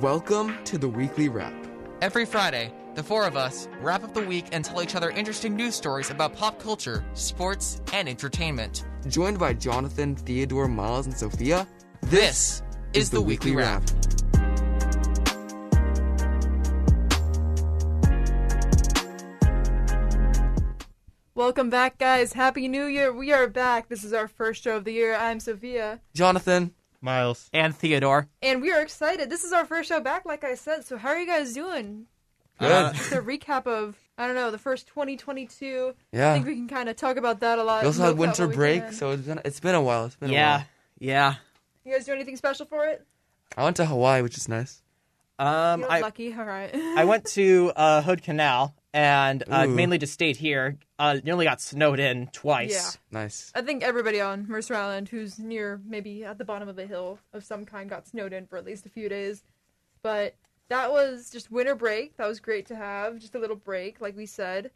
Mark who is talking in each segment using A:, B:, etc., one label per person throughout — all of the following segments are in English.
A: Welcome to the weekly wrap.
B: Every Friday, the four of us wrap up the week and tell each other interesting news stories about pop culture, sports, and entertainment.
A: Joined by Jonathan, Theodore, Miles, and Sophia,
B: This is the Weekly Wrap.
C: Welcome back, guys. Happy New Year. We are back. This is our first show of the year. I'm Sophia.
A: Jonathan,
D: Miles.
E: and Theodore.
C: And we are excited. This is our first show back, like I said. So, how are you guys doing?
A: good.
C: Just a recap of, I don't know, the first 2022. I
A: yeah.
C: think we can kind of talk about that a lot.
A: We also
C: Look
A: had
C: at
A: winter
C: what we
A: break,
C: can.
A: so it's been, it's been a while. It's been a
E: Yeah,
A: while.
E: yeah.
C: You guys do anything special for it?
A: I went to Hawaii, which is nice.
E: Um,
C: You're
E: I
C: lucky. All right.
E: I went to uh, Hood Canal and uh,
A: Ooh.
E: mainly just stayed here. Uh, nearly got snowed in twice.
A: Nice.
C: I think everybody on Mercer Island who's near maybe at the bottom of a hill of some kind got snowed in for at least a few days. But that was just winter break. That was great to have. Just a little break, like we said.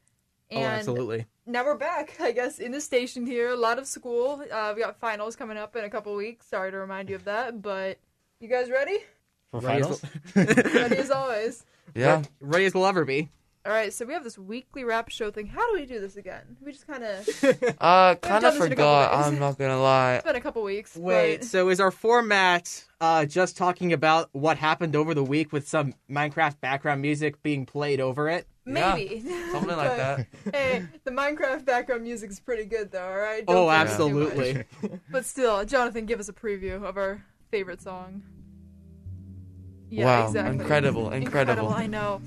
E: Oh,
C: And now we're back, I guess, in the station here. A lot of school. Uh, we got finals coming up in a couple weeks. Sorry to remind you of that. But you guys ready?
D: For
E: Right.
D: finals?
C: ready as always.
A: Yeah.
E: ready as the lover be.
C: All right, so we have this weekly wrap show thing. How do we do this again? We just kind of. It's
A: Uh, kind
C: done
A: of
C: this in a couple
A: forgot.
C: days.
A: I'm not gonna lie.
C: been a couple weeks.
E: Wait,
C: but-
E: so is our format uh, just talking about what happened over the week with some Minecraft background music being played over it?
A: Yeah,
C: Maybe.
A: Something like
C: But-
A: that.
C: hey, the Minecraft background music's pretty good though, all right?
E: oh,
C: think it's too much.
E: absolutely.
C: But still, Jonathan, give us a preview of our favorite song. Yeah,
A: wow.
C: exactly.
A: Incredible. Incredible.
C: I know.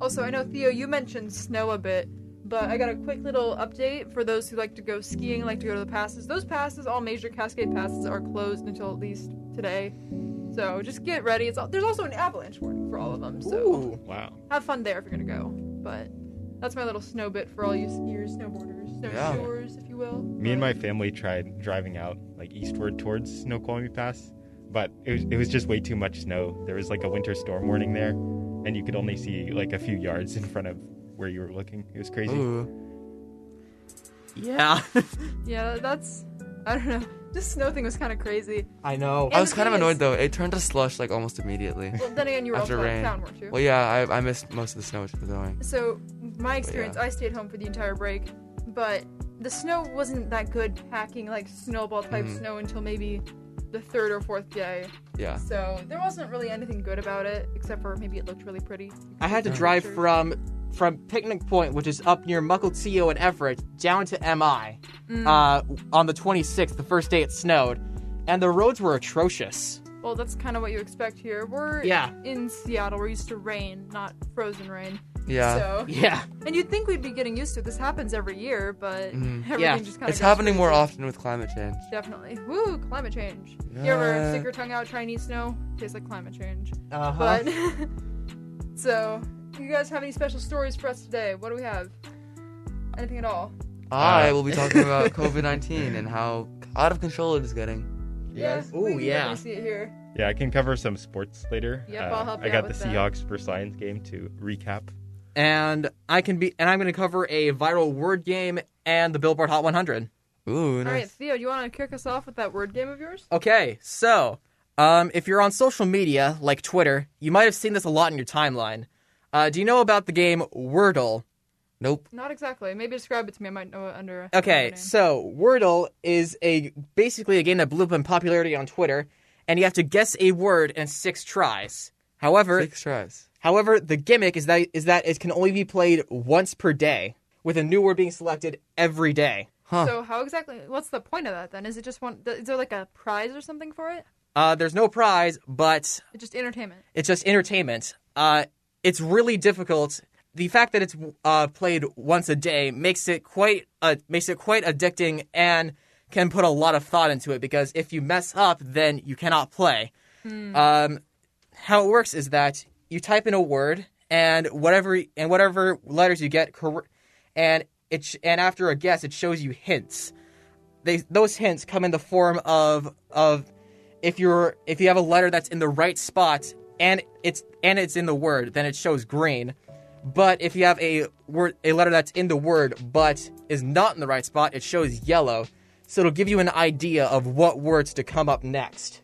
C: Also, I know Theo, you mentioned snow a bit, but I got a quick little update for those who like to go skiing, like to go to the passes. Those passes, all major Cascade passes, are closed until at least today. So just get ready. It's all, there's also an avalanche warning for all of them. So
E: Ooh.
D: Wow.
C: have fun there if you're gonna go. But that's my little snow bit for all you skiers, snowboarders,
A: Yeah.
C: snowshoers, if you will.
D: Me and
C: But-
D: my family tried driving out like eastward towards Snoqualmie Pass, but it was, it was just way too much snow. There was like a winter storm warning there, and you could only see like a few yards in front of where you were looking. It was crazy.
A: Ooh.
E: Yeah,
C: yeah, that's I don't know. This snow thing was kind of crazy.
E: I know.
A: I
C: And
A: was
C: the
A: kind of
C: thing
A: annoyed
C: is-
A: though. It turned to slush like almost immediately.
C: Well, then again, you were
A: After
C: also out of
A: rain.
C: town, weren't you?
A: Well, yeah, I, I missed most of the snow, which was annoying.
C: So my experience,
A: yeah.
C: I stayed home for the entire break, but the snow wasn't that good packing like snowball type
A: Mhm.
C: snow until maybe the third or fourth day.
A: Yeah.
C: So there wasn't really anything good about it, except for maybe it looked really pretty.
E: I had to
A: Yeah.
E: drive from from Picnic Point, which is up near Mukilteo and Everett, down to MI uh, on the 26th, the first day it snowed, and the roads were atrocious.
C: Well, that's kind of what you expect here. We're
E: Yeah.
C: in Seattle. We're used to rain, not frozen rain.
A: Yeah.
C: So,
E: Yeah,
C: and you'd think we'd be getting used to it. This happens every year, but
A: Mhm.
C: everything
E: Mm-hmm. Yeah.
C: just kind of
A: it's happening more often with climate change.
C: Definitely. Woo, climate change. You ever
A: Yeah.
C: stick your tongue out, try and eat snow? Tastes like climate change.
E: uh-huh.
C: But so, you guys have any special stories for us today? What do we have? Anything at all?
E: Ah.
A: I will be talking about COVID 19 and how out of control it is getting.
D: Yes.
E: Ooh,
C: we can
E: yeah.
C: definitely see it here.
D: Yeah, I can cover some sports later. Uh,
C: Yep, I'll help
D: I
C: you
D: got
C: out
D: the
C: with that.
D: Seahawks versus Lions game to recap.
E: and I can be, and I'm going to cover a viral word game and the Billboard Hot 100.
A: Ooh,
C: All right,
A: nice.
C: Theo, do you want to kick us off with that word game of yours?
E: Okay, so um, if you're on social media like Twitter, you might have seen this a lot in your timeline. Uh, do you know about the game Wordle?
A: Nope.
C: Not exactly. Maybe describe it to me. I might know it under. a
E: Okay,
C: different name.
E: so Wordle is a basically a game that blew up in popularity on Twitter, and you have to guess a word in six tries. However,
A: Six tries.
E: however, the gimmick is that is that it can only be played once per day, with a new word being selected every day.
A: Huh.
C: So how exactly? What's the point of that then? Is it just one? Is there like a prize or something for it?
E: Uh, there's no prize, but
C: It's just entertainment.
E: it's just entertainment. Uh, it's really difficult. The fact that it's uh, played once a day makes it quite uh, makes it quite addicting and can put a lot of thought into it because if you mess up, then you cannot play. Um, how it works is that you type in a word and whatever and whatever letters you get, cor- and it sh- and after a guess, it shows you hints. They those hints come in the form of of if you're if you have a letter that's in the right spot and it's and it's in the word, then it shows green. But if you have a word a letter that's in the word but is not in the right spot, it shows yellow. So it'll give you an idea of what words to come up next.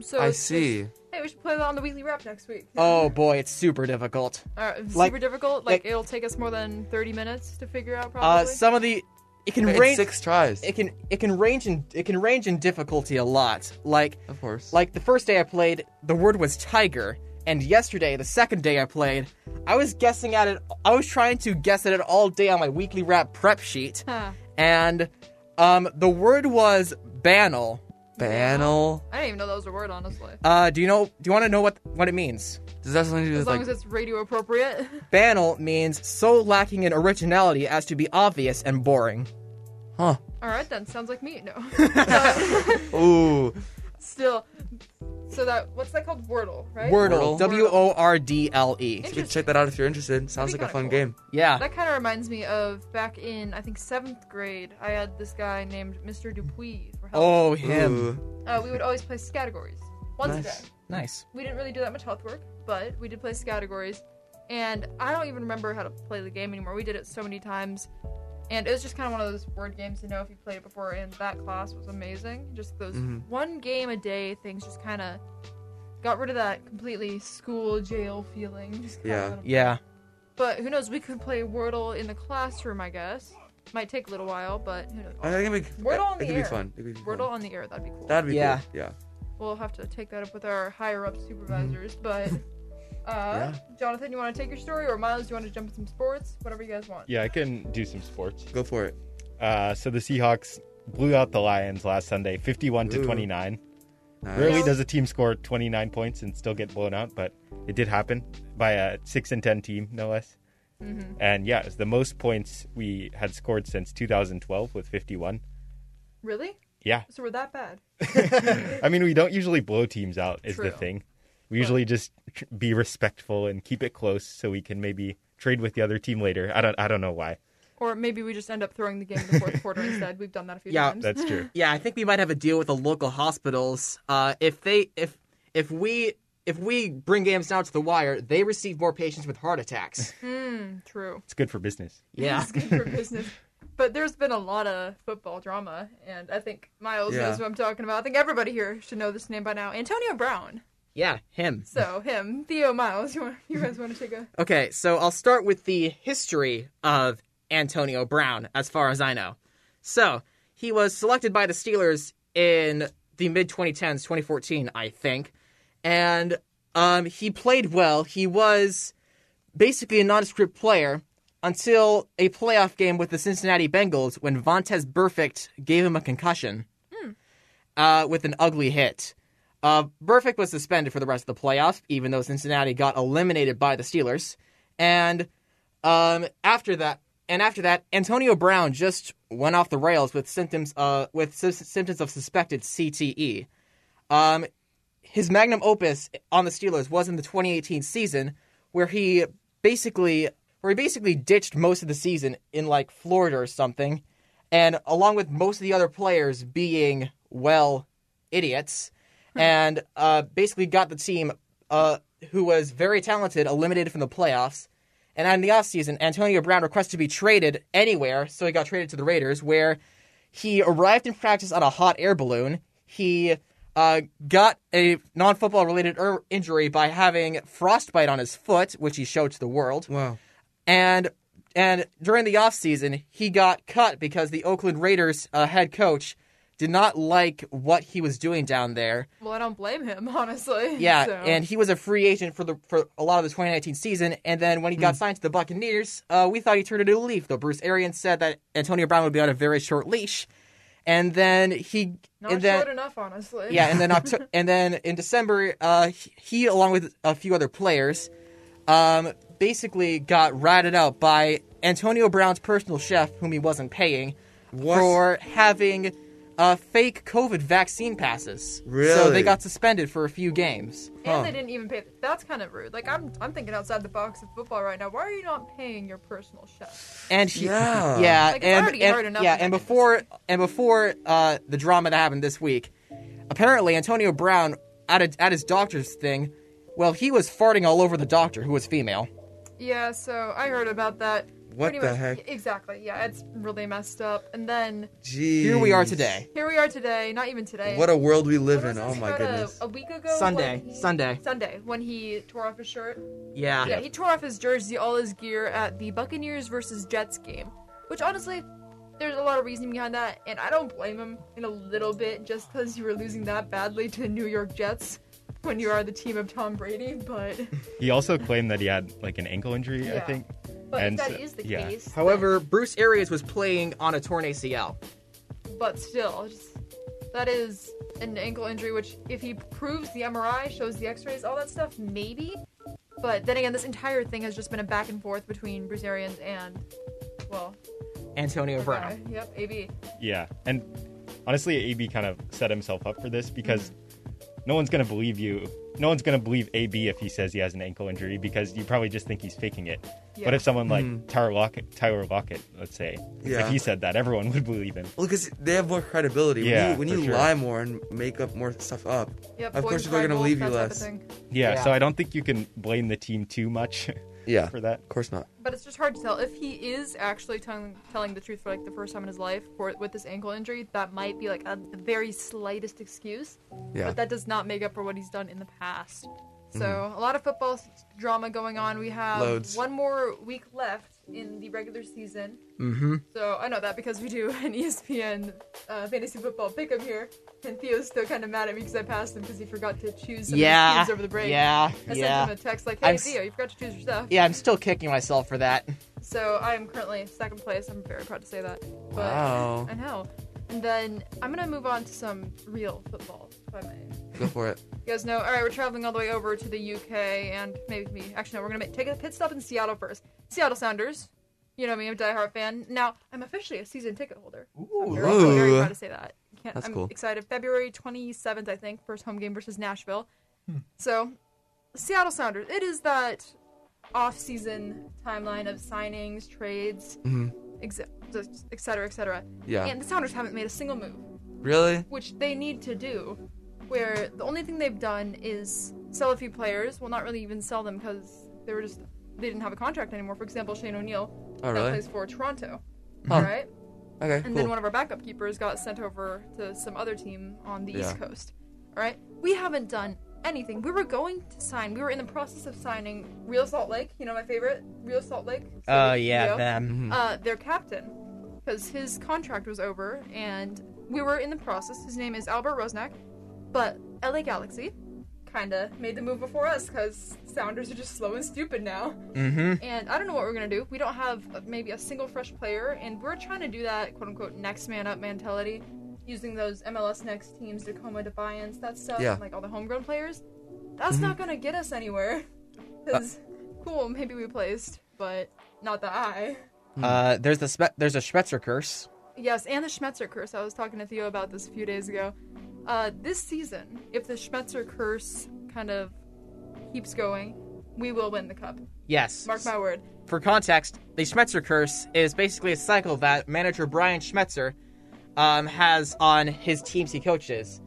C: So
A: I
C: it's just-
A: see.
C: Hey, we we should play that on the weekly wrap next week.
E: Oh boy, it's super difficult.
C: All right, super
E: like-
C: difficult. Like,
E: like-
C: it'll take us more than thirty minutes to figure out. Probably.
E: Uh, some of the it can
A: It's
E: range
A: six tries,
E: it can it can range in it can range in difficulty a lot. Like
A: of course.
E: like the first day I played, the word was tiger, and yesterday, the second day I played, I was guessing at it. I was trying to guess at it all day on my weekly rap prep sheet,
C: Huh.
E: and um, the word was banal.
A: Banal.
C: I didn't even know that was a word, honestly.
E: Uh, do you know? Do you want to know what what it means?
A: Does that have something to do
C: As
A: with
C: long
A: like?
C: as it's radio appropriate.
E: Banal means so lacking in originality as to be obvious and boring.
A: huh?
C: All right, then. Sounds like me. No. Uh,
A: Ooh.
C: still. So that what's that called? Wordle, right?
E: Wordle,
A: Wordle.
E: W O R D L E.
A: You can check that out if you're interested. Sounds like
C: That'd
A: a
C: be
A: fun
C: kinda
A: game.
E: Yeah,
C: That kind of reminds me of back in I think seventh grade. I had this guy named Mr. Dupuis for help.
E: Oh, him.
A: Ooh.
C: Uh, we would always play categories once a
A: Nice.
C: day.
E: Nice.
C: We didn't really do that much health work, but we did play categories. And I don't even remember how to play the game anymore. We did it so many times. And it was just kind of one of those word games to know if you played it before. And that class was amazing. Just those
A: Mhm.
C: one game a day things just kind of got rid of that completely school jail feeling. Just kinda
A: Yeah.
C: let 'em-
E: Yeah.
C: But who knows? We could play Wordle in the classroom, I guess. Might take a little while, but who knows?
A: I think it'd be.
C: Wordle on
A: it
C: the
A: could
C: air.
A: be fun. It could be
C: Wordle
A: Fun.
C: on the air, that'd be cool.
A: That'd be
E: Yeah.
A: Good. Yeah.
C: we'll have to take that up with our higher up
E: Mm-hmm.
C: supervisors. But uh,
A: Yeah.
C: Jonathan, you want to take your story, or Miles, you want to jump in some sports? Whatever you guys want.
D: Yeah, I can do some sports.
A: Go for it.
D: Uh, so the Seahawks blew out the Lions last Sunday, 51 to
A: Ooh.
D: 29.
A: Nice.
D: Rarely does a team score 29 points and still get blown out, but it did happen by a 6 and 10 team, no less.
C: Mm-hmm.
D: And yeah, it's the most points we had scored since 2012 with 51.
C: Really?
D: Yeah.
C: So we're that bad?
D: I mean, we don't usually blow teams out, is
C: True.
D: the thing. We usually just tr- be respectful and keep it close so we can maybe trade with the other team later. I don't I don't know why.
C: Or maybe we just end up throwing the game in the fourth quarter instead. We've done that a few
E: Yeah,
C: times.
D: That's true.
E: Yeah, I think we might have a deal with the local hospitals. Uh, if they if if we if we bring games down to the wire, they receive more patients with heart attacks.
C: Mm, true.
D: It's good for business.
E: Yeah.
C: It's good for business. But there's been a lot of football drama, and I think Miles
A: Yeah.
C: knows what I'm talking about. I think everybody here should know this name by now. Antonio Brown.
E: yeah, him.
C: So him, Theo Miles. You, want, you guys want to take a?
E: Okay, so I'll start with the history of Antonio Brown, as far as I know. So he was selected by the Steelers in the mid 2010s, 2014, I think, and um, he played well. He was basically a nondescript player until a playoff game with the Cincinnati Bengals when Vontez Burfict gave him a concussion uh, with an ugly hit. Uh, Burfict was suspended for the rest of the playoffs, even though Cincinnati got eliminated by the Steelers. And um, after that, and after that, Antonio Brown just went off the rails with symptoms uh, with sy- symptoms of suspected CTE. Um, his magnum opus on the Steelers was in the 2018 season, where he basically where he basically ditched most of the season in like Florida or something, and along with most of the other players being well idiots, and uh, basically got the team uh, who was very talented eliminated from the playoffs. And in the offseason, Antonio Brown requested to be traded anywhere, so he got traded to the Raiders, where he arrived in practice on a hot air balloon. He uh, got a non football related er- injury by having frostbite on his foot, which he showed to the world.
A: Wow.
E: And and during the offseason, he got cut because the Oakland Raiders uh, head coach did not like what he was doing down there.
C: Well, I don't blame him, honestly.
E: Yeah,
C: So-
E: and he was a free agent for the for a lot of the 2019 season. And then when he
A: Hmm.
E: got signed to the Buccaneers, uh, we thought he turned into a leaf. Though Bruce Arians said that Antonio Brown would be on a very short leash, and then he
C: not
E: and then
C: short enough, honestly.
E: yeah, and then Octo- and then in December, uh, he- he along with a few other players, um, basically got ratted out by Antonio Brown's personal chef, whom he wasn't paying,
A: What?
E: for having uh, fake COVID vaccine passes. So they
A: Really?
E: got suspended for a few games.
C: And
A: Huh.
C: they didn't even pay. That's kind of rude. Like I'm, I'm thinking outside the box of football right now. Why are you not paying your personal chef?
E: and he,
A: Yeah.
E: yeah,
C: Like, it's
E: and,
C: already
E: and-
C: hard enough
E: yeah,
C: to
E: and
C: make it
E: before and before uh, the drama that happened this week, apparently Antonio Brown at a, at his doctor's thing, well, he was farting all over the doctor, who was female.
C: Yeah. So I heard about that.
A: What
C: Pretty
A: the
C: much,
A: heck?
C: Exactly. Yeah, it's really messed up. And then
A: Jeez.
E: Here we are today.
C: here we are today. Not even today.
A: What a world we live
C: What was
A: in. Oh
C: this,
A: my
C: about a-
A: goodness.
C: A, week ago. when
E: Sunday.
C: he-
E: Sunday.
C: Sunday when he tore off his shirt.
E: Yeah.
C: Yeah, he tore off his jersey, all his gear at the Buccaneers versus Jets game, which honestly, there's a lot of reasoning behind that, and I don't blame him in a little bit just because you were losing that badly to the New York Jets when you are the team of Tom Brady, but,
D: He also claimed that he had like an ankle injury, I
C: Yeah.
D: think.
C: but
D: And
C: if that
D: so-
C: is the
D: yeah.
C: case.
E: However, Bruce Arias was playing on a torn ACL.
C: but still, just, that is an ankle injury, which if he proves the MRI, shows the X-rays, all that stuff, maybe. But then again, this entire thing has just been a back and forth between Bruce Arians and, well,
E: Antonio
C: the
E: Brown.
C: guy. Yep, AB.
D: Yeah, and honestly, AB kind of set himself up for this because no one's gonna believe you. No one's gonna believe AB if he says he has an ankle injury because you probably just think he's faking it.
C: Yeah.
D: But if someone like Tyler Lockett, Tyler Lockett, let's say,
A: Yeah.
D: if he said that, everyone would believe him.
A: Well, because they have more credibility.
D: Yeah,
A: when you, when
D: for
A: you
D: sure.
A: lie more and make up more stuff up,
C: Yep,
A: of
C: Boyd
A: course people are
C: Pride
A: going to
C: Wolf,
A: believe you
C: that type of
A: less.
C: thing.
D: Yeah,
E: Yeah.
D: So I don't think you can blame the team too much
A: Yeah,
D: for that.
A: of course not.
C: But it's just hard to tell if he is actually telling telling the truth for like the first time in his life for, with this ankle injury. That might be like a, the very slightest excuse,
A: Yeah. Mm-hmm.
C: but that does not make up for what he's done in the past. So a lot of football s- drama going on. We have
A: Loads.
C: one more week left in the regular season.
E: Mm-hmm.
C: So I know that because we do an E ESPN uh, fantasy football pick'em here, and Theo's still kind of mad at me because I passed him because he forgot to choose some of
E: Yeah.
C: his teams over the break.
E: Yeah.
C: I
E: Yeah.
C: sent him a text like, "Hey
E: I'm s-
C: Theo, you forgot to choose your stuff."
E: Yeah, I'm still kicking myself for that.
C: So I am currently second place. I'm very proud to say that. But
A: Wow.
C: I know. And then I'm gonna move on to some real football, if I may.
A: Go for it.
C: You guys know, all right, we're traveling all the way over to the UK and maybe me. Actually, no, we're gonna make, take a pit stop in Seattle first. Seattle Sounders. You know me, I'm a diehard fan. Now I'm officially a season ticket holder. I'm very, I'm very
A: Ooh.
C: proud to say that. Can't,
A: That's
C: I'm
A: cool.
C: excited. February 27th, I think, first home game versus Nashville. So, Seattle Sounders. It is that off-season timeline of signings, trades,
A: Mhm.
C: ex- just et cetera, et cetera.
A: Yeah.
C: And the Sounders haven't made a single move,
A: Really?
C: which they need to do. Where the only thing they've done is sell a few players. Well, not really even sell them because they were just they didn't have a contract anymore. For example, Shane O'Neill
A: Oh,
C: that
A: really?
C: plays for Toronto,
A: Huh.
C: right?
A: Okay,
C: And then
A: cool.
C: one of our backup keepers got sent over to some other team on the East
A: Yeah.
C: Coast. All right, we haven't done anything. We were going to sign. We were in the process of signing Real Salt Lake. You know my favorite, Real Salt Lake.
E: Oh yeah,
C: Theo
E: them.
A: Mhm.
C: uh, their captain because his contract was over and we were in the process. His name is Albert Rosnak, but LA Galaxy kind of made the move before us because Sounders are just slow and stupid now.
E: Mm-hmm.
C: And I don't know what we're going to do. We don't have uh, maybe a single fresh player, and we're trying to do that quote unquote next man up mentality using those MLS next teams, Tacoma Defiance, that stuff,
A: Yeah.
C: and, like all the homegrown players. That's not going to get us anywhere. Because, cool, maybe we placed, but not that high.
E: Uh, there's the Spe- there's a Schmetzer curse.
C: Yes, and the Schmetzer curse. I was talking to Theo about this a few days ago. Uh, this season, if the Schmetzer curse kind of keeps going, we will win the cup.
E: Yes.
C: Mark my word.
E: For context, the Schmetzer curse is basically a cycle that manager Brian Schmetzer um, has on his teams he coaches.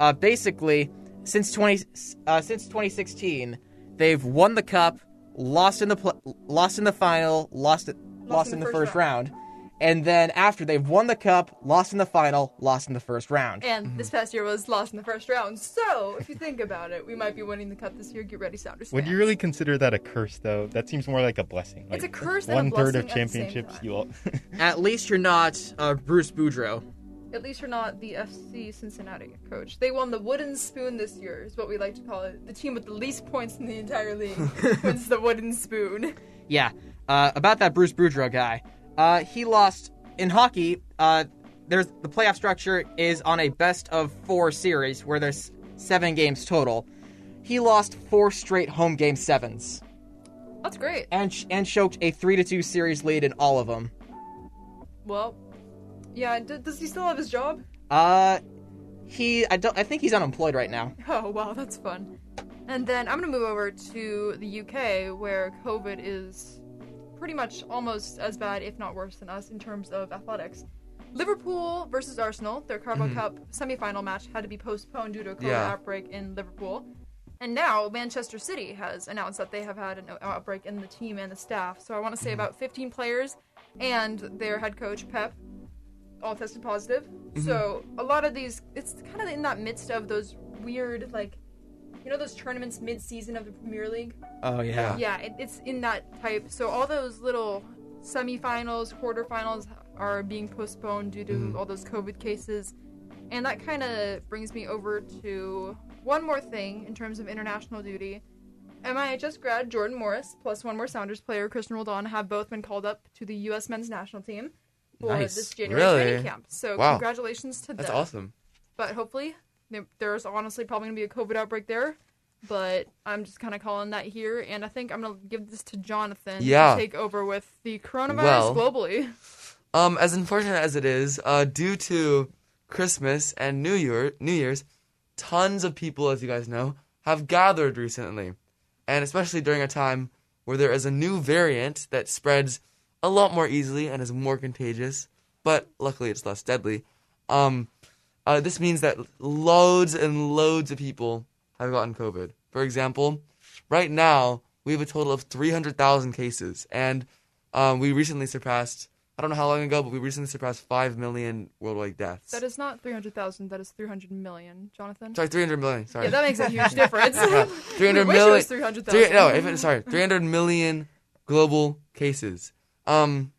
E: Uh, basically, since 20 uh, since 2016, they've won the cup, lost in the pl- lost in the final, lost lost, lost in the, first round. and then after they've won the cup, lost in the final, lost in the first round.
C: And
D: Mm-hmm.
C: this past year was lost in the first round. So, if you think about it, we might be winning the cup this year. Get ready, Sounders.
D: Would you
C: fans.
D: really consider that a curse, though? That seems more like a blessing.
C: It's
D: Like,
C: a curse and a
D: One third of
C: blessing at the same
D: championships,
C: time.
D: you all.
E: At least you're not uh, Bruce Boudreau.
C: At least you're not the FC Cincinnati coach. They won the wooden spoon this year, is what we like to call it. The team with the least points in the entire league wins the wooden spoon.
E: Yeah. Uh, about that Bruce Boudreau guy. Uh, he lost in hockey. Uh, there's the playoff structure is on a best of four series where there's seven games total. He lost four straight home game sevens
C: That's great.
E: and sh- and choked a three to two series lead in all of them.
C: Well, yeah. D- does he still have his job?
E: Uh, he I don't I think he's unemployed right now.
C: Oh wow, that's fun. And then I'm gonna move over to the UK, where COVID is pretty much almost as bad, if not worse, than us in terms of athletics. Liverpool versus Arsenal, their Carabao Cup semi-final match had to be postponed due to a COVID
A: Yeah.
C: outbreak in Liverpool. And now Manchester City has announced that they have had an outbreak in the team and the staff. So I want to say about 15 players and their head coach Pep all tested positive. So a lot of these, it's kind of in that midst of those weird like, you know, those tournaments mid-season of the Premier League.
E: Oh yeah.
C: Yeah, it, it's in that type. So all those little semifinals, quarterfinals are being postponed due to
A: Mm-hmm.
C: all those COVID cases. And that kind of brings me over to one more thing in terms of international duty. MIHS grad Jordan Morris plus one more Sounders player Christian Roldan have both been called up to the U.S. men's national team for
E: Nice.
C: this January
A: Really?
C: training camp. So
A: Wow.
C: congratulations to
A: That's
C: them
A: awesome.
C: but hopefully there- there's honestly probably gonna be a COVID outbreak there. But I'm just kind of calling that here, and I think I'm gonna give this to Jonathan
A: Yeah.
C: to take over with the
A: Well-
C: coronavirus globally.
A: Um, as unfortunate as it is, uh, due to Christmas and New Year, New Year's, tons of people, as you guys know, have gathered recently, and especially during a time where there is a new variant that spreads a lot more easily and is more contagious, but luckily it's less deadly. Um, uh, this means that loads and loads of people have gotten COVID. For example, right now we have a total of 300,000 cases, and um, we recently surpassed. I don't know how long ago, but we recently surpassed 5 million worldwide deaths.
C: That is not 300,000. That is 300 million, Jonathan.
A: sorry, 300 million. Sorry.
C: Yeah, that makes a huge difference.
A: Three hundred
C: We wish it
A: million.
C: was 300,000.
A: three- no, if it, sorry, three hundred million global cases. Um,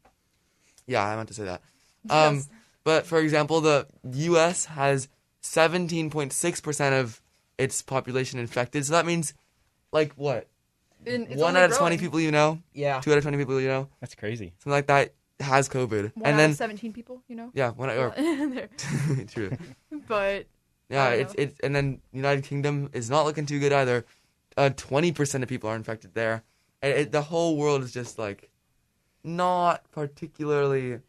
A: yeah, I meant to say that. Um,
C: Yes.
A: but for example, the U.S. has seventeen point six percent of its population infected. So that means, like, what
C: And it's
A: one
C: only
A: out of
C: growing.
A: twenty people you know,
E: Yeah.
A: two out of twenty people you know,
D: That's crazy.
A: something like that has COVID,
C: One
A: and
C: out
A: then
C: of 17 people, you know.
A: yeah, one out- or
C: There.
A: true.
C: but
A: Yeah,
C: don't
A: it's
C: know.
A: it, and then United Kingdom is not looking too good either. Uh, Twenty percent of people are infected there. And it, the whole world is just like not particularly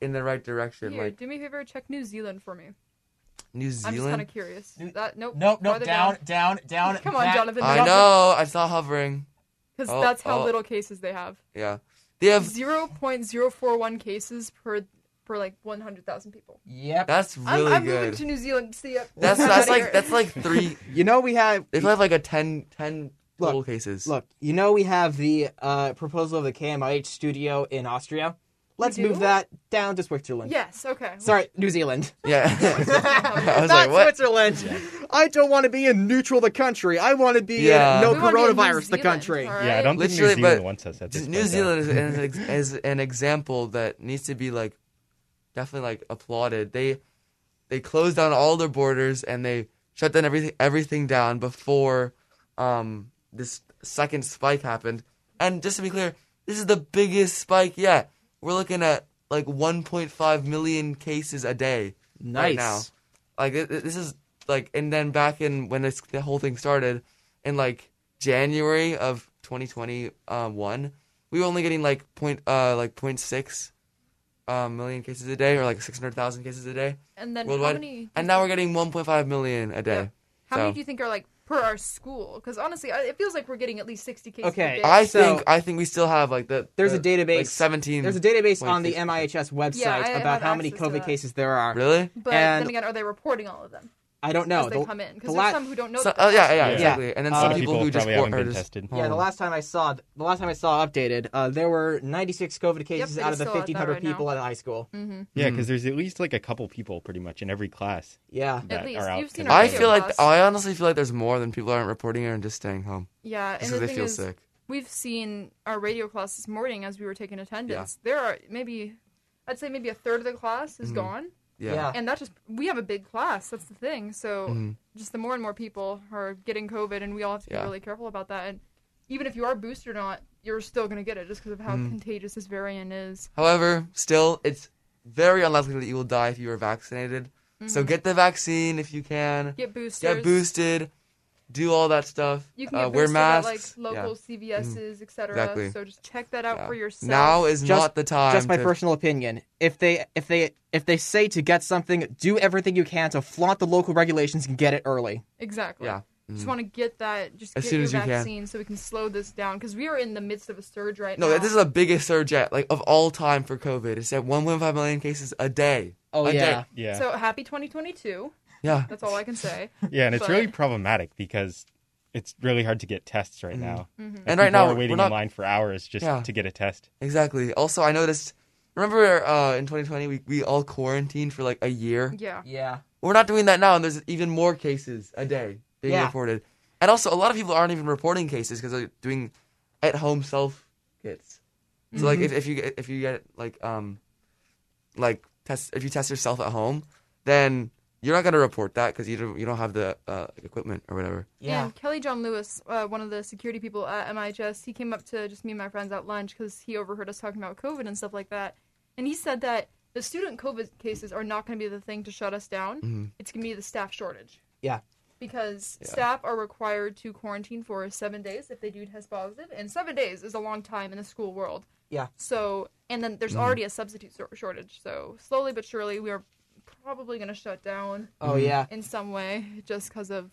A: in the right direction.
C: here,
A: Like
C: do me a favor, check New Zealand for me.
A: New
C: I'm just kind
A: Zealand.
C: of curious.
E: New-
C: That nope.
E: Nope. Nope.
C: farther
E: Down. Down. Down.
C: Come on,
E: back.
C: Jonathan.
A: I know it's not hovering.
C: because
A: Oh,
C: that's how
A: oh.
C: little cases they have.
A: Yeah, they have.
C: zero point zero four one cases per per like one hundred thousand people.
E: Yep.
A: That's really
C: I'm, I'm moving
A: good.
C: to New Zealand. See ya.
A: that's
C: I'm
A: that's
C: outta
A: like
C: here.
A: that's like three.
E: You know we have.
A: They probably have like a 10, 10 total
E: Look,
A: cases.
E: Look, you know we have the uh, proposal of the KMIH studio in Austria. Let's
C: do?
E: move that down to Switzerland.
C: yes. Okay.
E: Sorry, New Zealand.
A: Yeah, I was
E: Not
A: like, what?
E: Switzerland. I don't want to be in neutral the country. I want to be
A: Yeah.
E: in no
C: We wanna be in New
E: coronavirus the
C: Zealand,
E: country.
C: all
D: Yeah, I
C: right?
D: don't think New
A: Literally,
D: Zealand
A: but
D: wants us at this
A: New
D: point, though.
A: Zealand is an, ex- is an example that needs to be like definitely like applauded. They they closed down all their borders and they shut down everything everything down before um, this second spike happened. And just to be clear, this is the biggest spike yet. We're looking at like 1.5 million cases a day right
E: Nice.
A: now. Like th- th- this is like, and then back in when this the whole thing started, in like January of 2021, we were only getting like point uh like point six uh, million cases a day, or like 600,000 cases a day
C: And then
A: worldwide.
C: how many?
A: and now we're getting 1.5 million a day.
C: How
A: so.
C: many do you think are like per our school? Because honestly, I, it feels like we're getting at least sixty cases.
E: Okay,
C: A day.
A: I
E: So-
A: think I think we still have like the
E: There's a
A: the-
E: database-
A: like 17.
E: There's a database on the
A: 0.6%.
E: MIHS website
C: Yeah, I
E: about
C: have
E: how many
C: access to
E: COVID
C: that.
E: cases there are.
A: really?
C: but
E: and-
C: then again, are they reporting all of them
E: I don't
C: as
E: know.
C: they
E: The-
C: come in? Because
E: the
C: there's
E: la-
C: some who don't know.
A: So,
C: that
A: oh
C: they're
A: yeah, yeah,
D: Yeah.
A: exactly. And then
E: A
A: some
E: lot of
A: people,
D: people
A: who just
D: probably
A: or,
D: haven't
A: are
D: been
A: just
D: tested.
E: Yeah, the
A: home.
E: last time I saw, the last time I saw updated, uh, there were 96 COVID cases
C: they
E: out of the
C: still have that
E: 1,500
C: right now.
E: people at high school.
C: Mm-hmm.
A: Hmm.
D: Yeah, because there's at least like a couple people pretty much in every class
E: Yeah.
D: that
C: least.
D: are out.
C: You've seen
D: tonight.
C: our
A: I
C: Okay.
A: feel like
C: Us.
A: I honestly feel like there's more than people aren't reporting it and just staying home
C: Yeah,
A: just because
C: and the
A: they
C: thing
A: feel
C: is,
A: sick.
C: we've seen our radio class this morning as we were taking attendance. There are maybe, I'd say maybe a third of the class
A: Mm-hmm.
C: is gone.
A: Yeah.
E: Yeah.
C: and that just we have a big class that's the thing so just the more and more people are getting covid and we all have to be
A: Mm-hmm. Yeah.
C: really careful about that and even if you are boosted or not you're still going to get it just because of how
A: Mm-hmm.
C: contagious this variant is
A: However, still, it's very unlikely that you will die if you are vaccinated. So
C: Mm-hmm.
A: get the vaccine if you can.
C: get boosters
A: Get boosted. Do all that stuff.
C: you can
A: uh,
C: get
A: wear
C: boosted at like
A: masks. Yeah. Mm-hmm.
C: local cvs's etc
A: Exactly.
C: so just check that out
A: Yeah.
C: for yourself
A: Now is
E: Just-
A: not the time.
E: Just my
A: to-
E: personal opinion. If they if they if they say to get something, do everything you can to flaunt the local regulations and get it early.
C: exactly
A: Yeah. Mm-hmm.
C: just want to get that just
A: As
C: get
A: soon
C: your
A: as you can.
C: vaccine so we can slow this down because we are in the midst of a surge right
A: No,
C: now
A: this is the biggest surge yet, like of all time for COVID. It's at 1.5 million cases a day.
E: Oh
A: A
E: yeah.
A: day.
D: Yeah.
C: so happy 2022
A: Yeah.
C: that's all i can say
D: yeah, and it's
C: but-
D: really problematic because it's really hard to get tests right now.
A: Mm-hmm.
C: Mm-hmm.
A: And right
D: people
A: now,
D: are
A: we're
D: waiting
A: not-
D: in line for hours just
A: Yeah.
D: to get a test.
A: Exactly. Also, I noticed. Remember uh, in 2020 we, we all quarantined for like a year.
C: Yeah.
B: Yeah.
A: We're not doing that now, and there's even more cases a day being
B: Yeah.
A: reported. And also, a lot of people aren't even reporting cases because they're doing at-home self kits. So
E: Mm-hmm.
A: like, if, if you get if you get like um, like test if you test yourself at home, then you're not gonna report that because you don't you don't have the uh, equipment or whatever.
B: Yeah.
C: And Kelly John Lewis, uh, one of the security people at MIHS, he came up to just me and my friends at lunch because he overheard us talking about COVID and stuff like that. And he said that the student COVID cases are not going to be the thing to shut us down. It's going to be the staff shortage.
E: Mm-hmm. Yeah.
C: Because staff are required to quarantine for seven days if they do test positive, and seven days is a long time in the school world.
E: Yeah. Mm-hmm.
C: So, and then there's already a substitute sor- shortage. So, slowly but surely, we are probably going to shut down
E: Oh yeah.
C: in some way just because of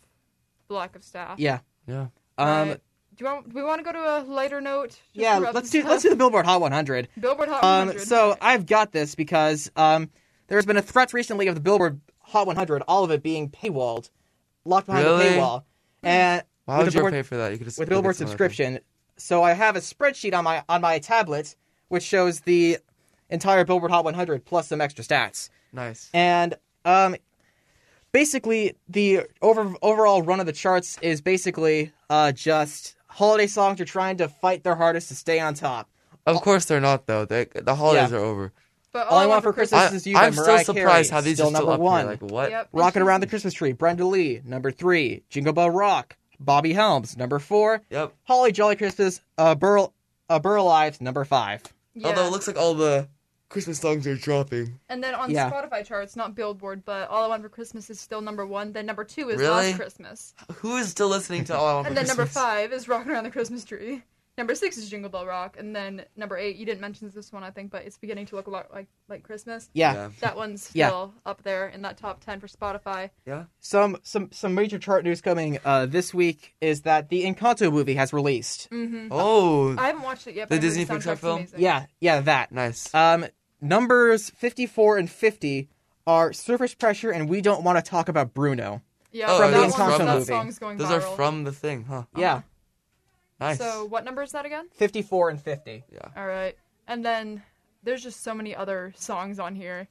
C: the lack of
A: Mm-hmm.
C: staff.
E: Yeah.
A: Yeah.
E: Um.
C: Alright. do you want? Do we want to go to a lighter note? Just
E: Yeah.
C: to wrap
E: Let's
C: this
E: do let's do
C: up?
E: the Billboard Hot 100.
C: Billboard Hot
E: Um,
C: 100.
E: so I've got this because um, there's been a threat recently of the Billboard Hot 100, all of it being paywalled, locked behind
A: Really?
E: a paywall, and
A: Why
E: with
A: would
E: the
A: you
E: Billboard,
A: pay for that? You could just
E: with
A: look at
E: Billboard
A: some other thing.
E: subscription. So I have a spreadsheet on my on my tablet which shows the entire Billboard Hot 100 plus some extra stats.
A: Nice.
E: And um, basically, the over overall run of the charts is basically uh, just holiday songs are trying to fight their hardest to stay on top.
A: Of course they're not though. They, the holidays
E: Yeah.
A: are over.
C: but
E: All I Want for Christmas
A: I,
E: is You by
A: I'm still
E: Mariah
A: surprised
E: Carey,
A: how these
E: still
A: are still
E: number
A: up
E: one.
A: There. Like what?
C: Yep.
E: Rocking Around the Christmas Tree, Brenda Lee, number three. Jingle Bell Rock, Bobby Helms, number four.
A: Yep.
E: Holly Jolly Christmas, uh, Burl, uh, Burl Lives, number five.
C: Yeah.
A: Although it looks like all the Christmas songs are dropping.
C: and then on
E: Yeah.
C: Spotify charts, not Billboard, but All I Want for Christmas is still number one. Then number two is
A: Really?
C: Last Christmas,
A: Who is still listening to All I Want
C: and
A: for
C: then number
A: Christmas?
C: five is Rocking Around the Christmas Tree. Number six is Jingle Bell Rock, and then number eight. You didn't mention this one, I think, but it's beginning to look a lot like like Christmas.
E: Yeah.
A: Yeah.
C: That one's
E: Yeah.
C: still up there in that top ten for Spotify.
A: Yeah.
E: Some some some major chart news coming uh, this week is that the Encanto movie has released.
A: Oh,
C: Mm-hmm. I haven't watched it yet.
A: The
C: But I heard
A: Disney Pixar
C: soundtrack's
A: film?
C: amazing.
E: Yeah, yeah, that.
A: nice.
E: Um, numbers fifty four and fifty are Surface Pressure and We Don't Want to Talk About Bruno.
C: Yeah,
A: Oh,
C: from
A: those
C: that,
A: are
C: one,
A: from-
C: that
A: movie.
C: song's going
A: Those are
C: viral.
A: from the thing, huh?
E: Yeah,
A: Nice.
C: So what number is that again?
E: fifty four and fifty.
C: All right, and then there's just so many other songs on here.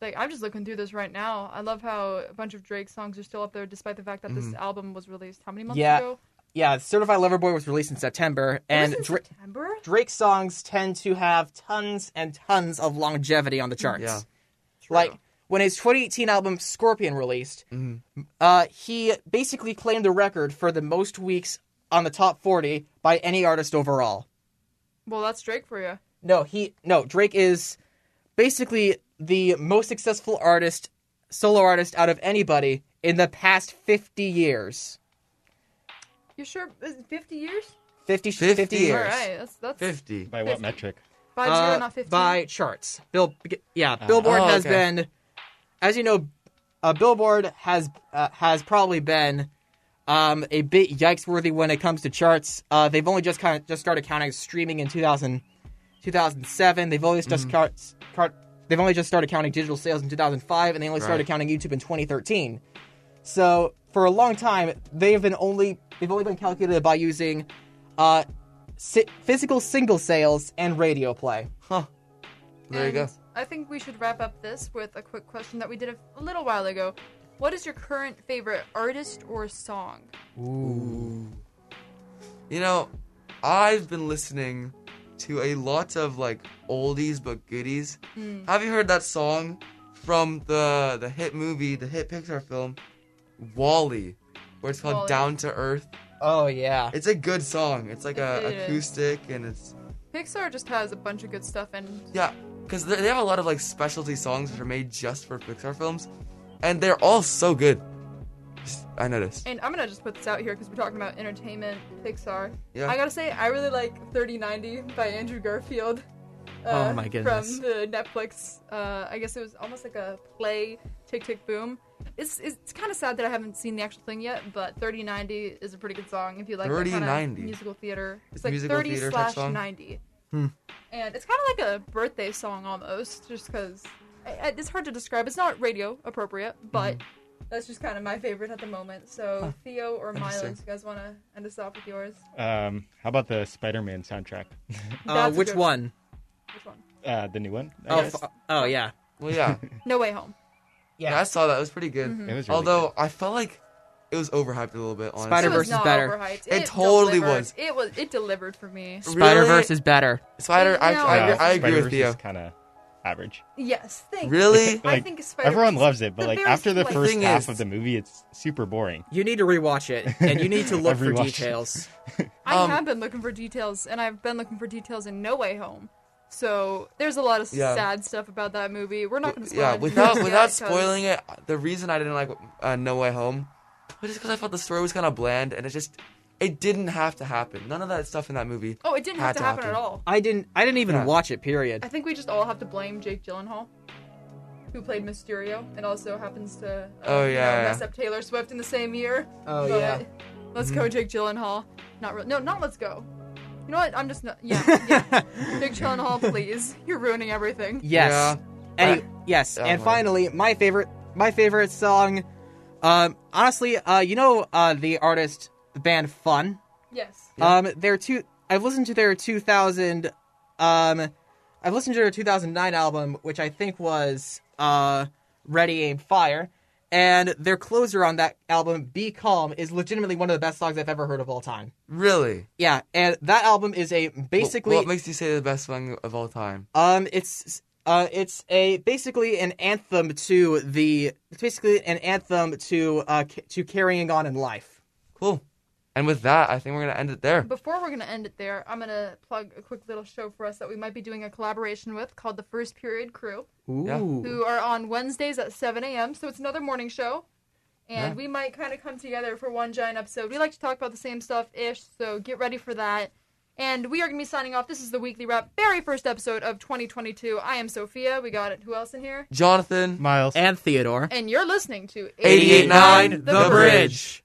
C: Like I'm just looking through this right now. I love how a bunch of Drake songs are still up there, despite the fact that this album was released how many months
E: Yeah,
C: ago?
E: Yeah, Certified Lover Boy was released in September,
C: It was
E: and
C: in
E: Dra-
C: September.
E: Drake songs tend to have tons and tons of longevity on the charts.
A: Yeah.
E: Like when his 2018 album Scorpion released,
A: Mm-hmm.
E: uh, he basically claimed the record for the most weeks on the top 40 by any artist overall.
C: Well, that's Drake for you.
E: No, he no Drake is basically the most successful artist, solo artist out of anybody in the past 50 years.
C: You sure? Is it 50 years?
E: 50, 50,
A: 50
E: years.
C: All right, that's that's
A: fifty.
D: By what metric?
C: by
E: Uh,
C: zero, not 15.
E: by charts. Bill, yeah, Billboard
A: Oh,
E: has
A: okay.
E: been, as you know, uh, Billboard has uh, has probably been um, a bit yikes worthy when it comes to charts. Uh, they've only just kind of just started counting streaming in 2000, 2007. They've only just cart, cart, they've only just started counting digital sales in two thousand five, and they only started
A: Right.
E: counting YouTube in twenty thirteen. So for a long time, they've been only they've only been calculated by using. Uh, si- physical single sales and radio play.
A: There you
C: And
A: go.
C: I think we should wrap up this with a quick question that we did a, a little while ago. What is your current favorite artist or song?
A: You know, I've been listening to a lot of like oldies but goodies.
C: Hmm.
A: Have you heard that song from the the hit movie, the hit Pixar film, Wally, where it's called
C: Wall-E.
A: Down to Earth?
E: Oh yeah.
A: It's a good song. It's like a
C: It is.
A: acoustic and it's
C: Pixar just has a bunch of good stuff, and
A: Yeah, because they they have a lot of like specialty songs that are made just for Pixar films, and they're all so good. Just- I noticed.
C: and I'm gonna just put this out here because we're talking about entertainment, Pixar.
A: Yeah.
C: I gotta say, I really like 3090 by Andrew Garfield. uh,
E: Oh my goodness.
C: From the Netflix, uh, I guess it was almost like a play, Tick Tick Boom. It's it's kind of sad that I haven't seen the actual thing yet, but 3090 is a pretty good song if you like that kinda
A: 3090.
C: musical theater. It's
A: It's
C: like
A: musical
C: 30
A: theater type
C: slash
A: song? Hmm.
C: 90. And it's kind of like a birthday
A: Mm-hmm.
C: song almost, just because it's hard to describe. It's not radio appropriate, but That's just kind of my favorite at the moment. So Theo or
A: Interesting.
C: Miles, you guys want to end us off with yours?
D: Um, how about the Spider-Man soundtrack?
E: Uh,
C: That's a
E: which
C: good
E: one?
C: Which one?
D: Uh, the new one. I
E: Oh,
D: guess?
E: f- oh yeah.
A: Well, yeah.
C: No Way Home.
A: yeah. I saw that. It was pretty good.
C: Mm-hmm.
D: It was really
A: Although I felt like it was overhyped a little bit. Honestly.
C: It
E: Spider-Verse
C: was
E: is
C: not
E: better.
C: overhyped.
A: It totally
C: delivered.
A: was.
C: It was. It delivered for me.
A: Really?
E: Spider Verse is better.
A: Spider. I,
C: No.
A: I,
D: Yeah,
A: agree- I agree with
D: Uh, Spider-Verse is
A: you.
D: kind of average.
C: Yes. Thank
A: Really?
C: I
D: Like,
C: think Spider.
D: Everyone loves it, but like after the first
A: thing
D: half
A: is-
D: of the movie, it's super boring.
E: You need to rewatch it, and you need to look
D: I've
E: for
D: rewatched it.
E: details.
C: I
A: Um,
C: have been looking for details, and I've been looking for details in No Way Home. So there's a lot of
A: Yeah.
C: sad stuff about that movie. We're not going to spoil
A: Yeah.
C: it
A: Without
C: yet,
A: without
C: 'cause-
A: spoiling it, the reason I didn't like uh, No Way Home was just because I felt the story was kind of bland and it just it didn't have to happen. None of that stuff in that movie.
C: Oh, it didn't
A: had
C: have to happen at all.
E: I didn't. I didn't even
A: Yeah.
E: watch it.
C: I
E: Period.
C: think we just all have to blame Jake Gyllenhaal, who played Mysterio, and also happens to uh,
A: Oh,
C: you know,
A: yeah,
C: mess
A: yeah.
C: up Taylor Swift in the same year.
E: Oh,
C: But
E: yeah. Mm-hmm.
C: Let's go, Jake Gyllenhaal. Not real. No, not let's go. You know what? I'm just not. Yeah, yeah. Jake Gyllenhaal, please. You're ruining everything.
E: Yes.
A: Yeah.
E: Any,
A: I-
E: yes.
A: Oh,
E: and
A: my.
E: finally, my favorite. My favorite song. Um, honestly, uh, you know uh, the artist, the band Fun.
C: Yes.
E: Um, their two. I've listened to their 2000. Um, I've listened to their 2009 album, which I think was uh, Ready Aim Fire, and their closer on that album, Be Calm, is legitimately one of the best songs I've ever heard of all time.
A: Really.
E: Yeah, and that album is a basically
A: What makes you say the best song of all time?
E: um it's uh it's a basically an anthem to the it's basically an anthem to uh ca- to carrying on in life.
A: Cool. And with that, I think we're gonna end it there.
C: Before we're going to end it there, I'm going to plug a quick little show for us that we might be doing a collaboration with called the First Period Crew, who are on Wednesdays at 7 a.m. So it's another morning show. And
A: Yeah.
C: we might kind of come together for one giant episode. We like to talk about the same stuff ish, so get ready for that. And we are going to be signing off. This is the weekly wrap, very first episode of 2022. I am Sophia. We got it. Who else in here?
A: Jonathan,
D: Miles.
E: and Theodore
C: And you're listening to
A: 88.9
E: 889
A: The Bridge.